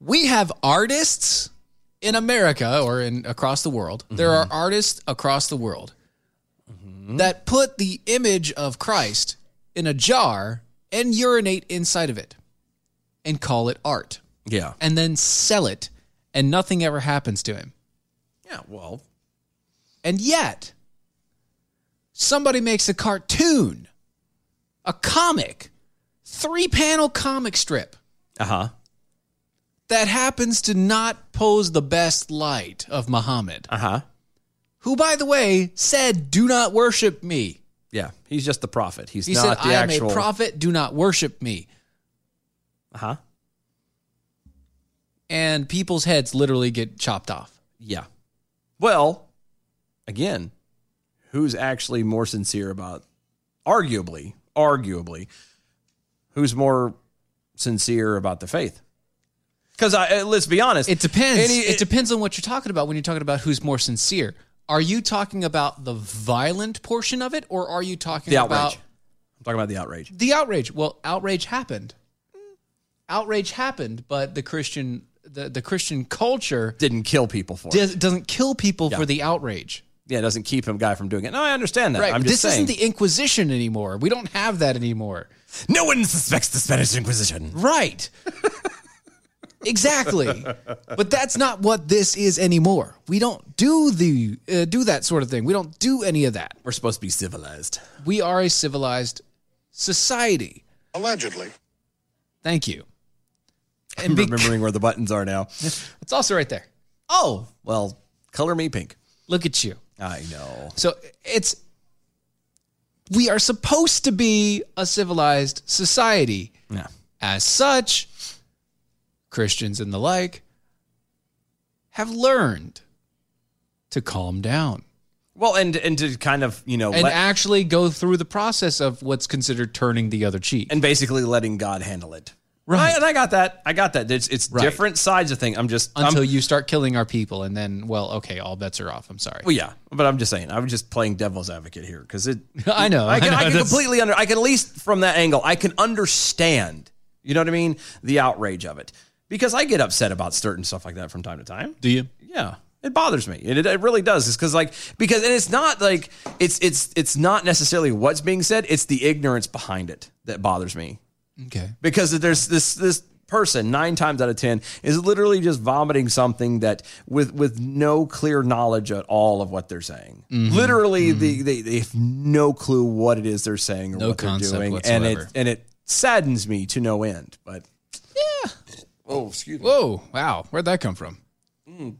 We have artists in America or in across the world. There are artists across the world that put the image of Christ in a jar and urinate inside of it and call it art Yeah. and then sell it and nothing ever happens to him. Yeah, well, And yet, somebody makes a cartoon, a comic, three panel comic strip uh-huh. that happens to not pose the best light of Muhammad, Uh-huh. who, by the way, said, Do not worship me. Yeah. He's just the prophet. He's He said, not the I actual am a prophet, do not worship me. Uh-huh. And people's heads literally get chopped off. Yeah. Well, again, who's actually more sincere about arguably, arguably, who's more sincere about the faith? Because I uh, let's be honest, It depends. Any- it depends on what you're talking about when you're talking about who's more sincere. Are you talking about the violent portion of it, or are you talking the outrage. about I'm talking about the outrage. the outrage. Well, outrage happened. Outrage happened, but the Christian the, the Christian culture Didn't kill people for it. does, doesn't kill people Yeah. for the outrage. yeah, it doesn't keep him guy from doing it. No, I understand that. right. I'm this just saying. isn't the Inquisition anymore. We don't have that anymore. No one suspects the Spanish Inquisition. Right. exactly. But that's not what this is anymore. We don't do the uh, do that sort of thing. We don't do any of that. We're supposed to be civilized. We are a civilized society. Allegedly. Thank you. I'm remembering where the buttons are now. It's also right there. Oh, well, color me pink. Look at you. I know. So it's we are supposed to be a civilized society. Yeah. As such, Christians and the like have learned to calm down Well, and and to kind of you know and let- actually go through the process of what's considered turning the other cheek. and basically letting God handle it. Right. I- and I got that. I got that. It's it's Right. different sides of thing. I'm just I'm- until you start killing our people and then well, okay, all bets are off. I'm sorry. Well, yeah, but I'm just saying. I'm just playing devil's advocate here because it. I know, I can, I know, I can that's- completely under. I can at least from that angle. I can understand. You know what I mean? The outrage of it because I get upset about certain stuff like that from time to time. Do you? Yeah. It bothers me. It, it really does. It's because like because and it's not like it's it's it's not necessarily what's being said. It's the ignorance behind it that bothers me Okay. because there's this this person nine times out of ten is literally just vomiting something that with with no clear knowledge at all of what they're saying Mm-hmm. literally the they, they have no clue what it is they're saying or No what they're concept doing and it whatsoever. and it saddens me to no end but yeah oh excuse me Whoa, wow. Where'd that come from?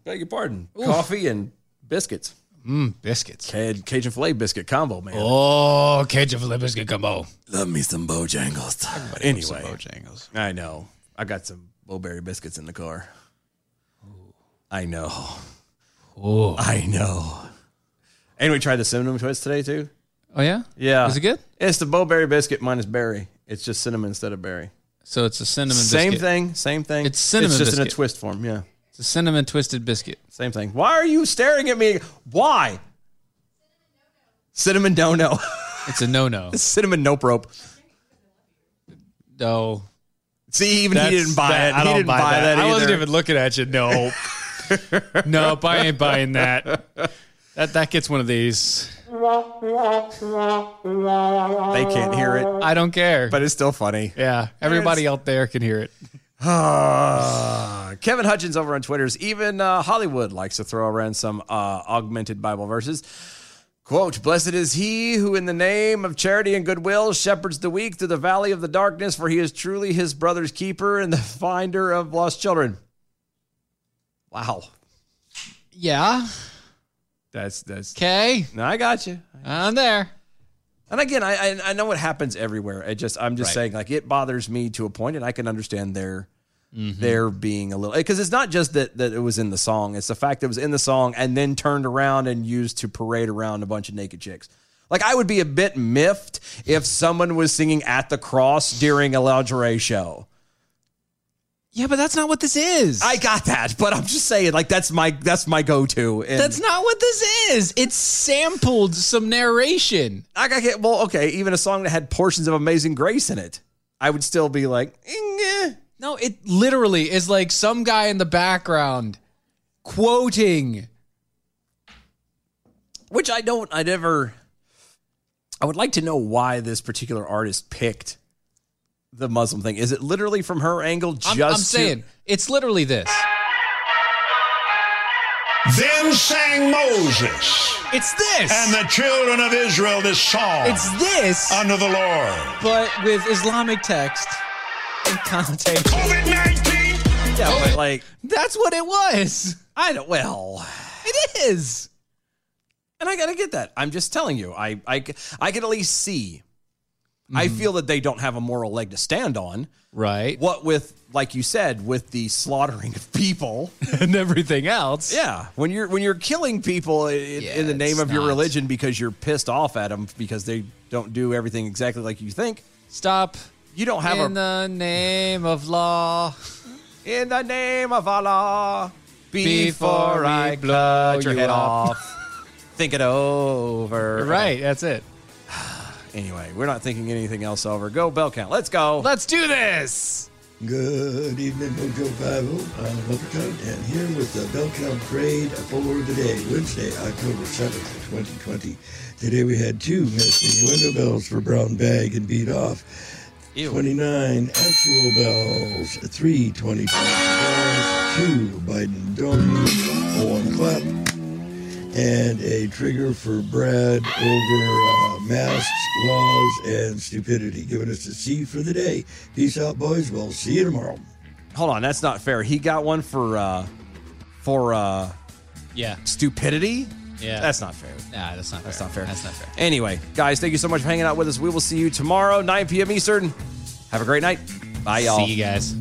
beg your pardon coffee and biscuits Mm, biscuits. Ca- cajun filet biscuit combo man Oh, cage of biscuit combo. love me some bojangles but anyway Bojangles. i know i got some blueberry biscuits in the car i know Oh. I know. And we tried the cinnamon twist today too. Oh yeah? Yeah. Was it good? It's the bowberry biscuit minus berry. It's just cinnamon instead of berry. So it's a cinnamon same biscuit. thing, same thing. It's cinnamon It's just in a biscuit. twist form. Yeah, It's a cinnamon twisted biscuit. same thing. Why are you staring at me? Why? Cinnamon no no. It's a no-no. cinnamon nope rope. No. See, even he didn't buy it. he didn't buy, that. I wasn't either. even looking at you. No. nope, I ain't buying that. That that gets one of these. They can't hear it, I don't care. but it's still funny. yeah, everybody out there can hear it. Ah, Kevin Hutchins over on Twitter's even uh, Hollywood likes to throw around some uh, augmented Bible verses. Quote, Blessed is he who in the name of charity and goodwill shepherds the weak through the valley of the darkness, for he is truly his brother's keeper and the finder of lost children. Wow. Yeah. That's that's Okay. no, I got you. I'm there. And again, I I, I know it happens everywhere. It just I'm just saying like it bothers me to a point, and I can understand their their being a little because it's not just that that it was in the song; it's the fact that it was in the song and then turned around and used to parade around a bunch of naked chicks. Like I would be a bit miffed if someone was singing at the cross during a lingerie show. Yeah, but that's not what this is. I got that, but I'm just saying like that's my that's my go to. that's not what this is. It sampled some narration. I got get well, okay, even a song that had portions of Amazing Grace in it, I would still be like. "Eh, eh." No, it literally is like some guy in the background quoting. which I don't. I never. I would like to know why this particular artist picked the Muslim thing. Is it literally from her angle? Just I'm, I'm to- saying it's literally this. Then sang Moses It's this. and the children of Israel this song it's this, unto the Lord. but with Islamic text and connotation. COVID 19! yeah, but like That's what it was. I don't. Well, It is. and I gotta get that. I'm just telling you. I I c- I can at least see. I feel that they don't have a moral leg to stand on. Mm-hmm. Right. What with, like you said, with the slaughtering of people. and everything else. Yeah, when you're when you're killing people in, Yeah, in the name it's of your not. religion because you're pissed off at them because they don't do everything exactly like you think. Stop. You don't have In a the name of law. in the name of Allah. Before I blow cut your you head up. off, think it over. Right. That's it. Anyway, we're not thinking anything else over. Go bell count. Let's go. Let's do this. Good evening, Mojo 50. I'm Leprechaun, and here with the Belltown Parade for the day, Wednesday, October 7th, 2020. Today we had two missing window bells for Brown Bag and Beat Off. 29 actual bells, three 2020 bells, two Biden Donuts, one clap, and a trigger for Brad over uh, masks, laws, and stupidity, giving us a C for the day. Peace out, boys. We'll see you tomorrow. Hold on, that's not fair. He got one for uh for uh yeah stupidity. Yeah. that's not fair. Nah, that's not. That's not fair. That's not fair. Anyway, guys, thank you so much for hanging out with us. We will see you tomorrow, 9 p.m. Eastern. Have a great night. Bye, y'all. See you guys.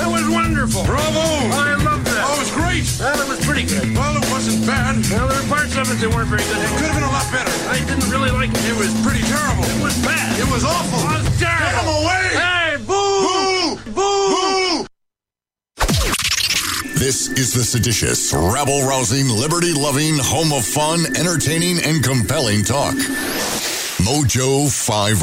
That was wonderful. Bravo! I love that. Oh, it was great. Well, it was pretty good. Well, it wasn't bad. Well, there were parts of it that weren't very good. It could have been a lot better. I didn't really like it. It was pretty terrible. It was bad. It was awful. It was terrible. Get him away! Hey, Boo! Boo! boo. This is the seditious, rabble rousing, liberty loving, home of fun, entertaining, and compelling talk. Mojo 5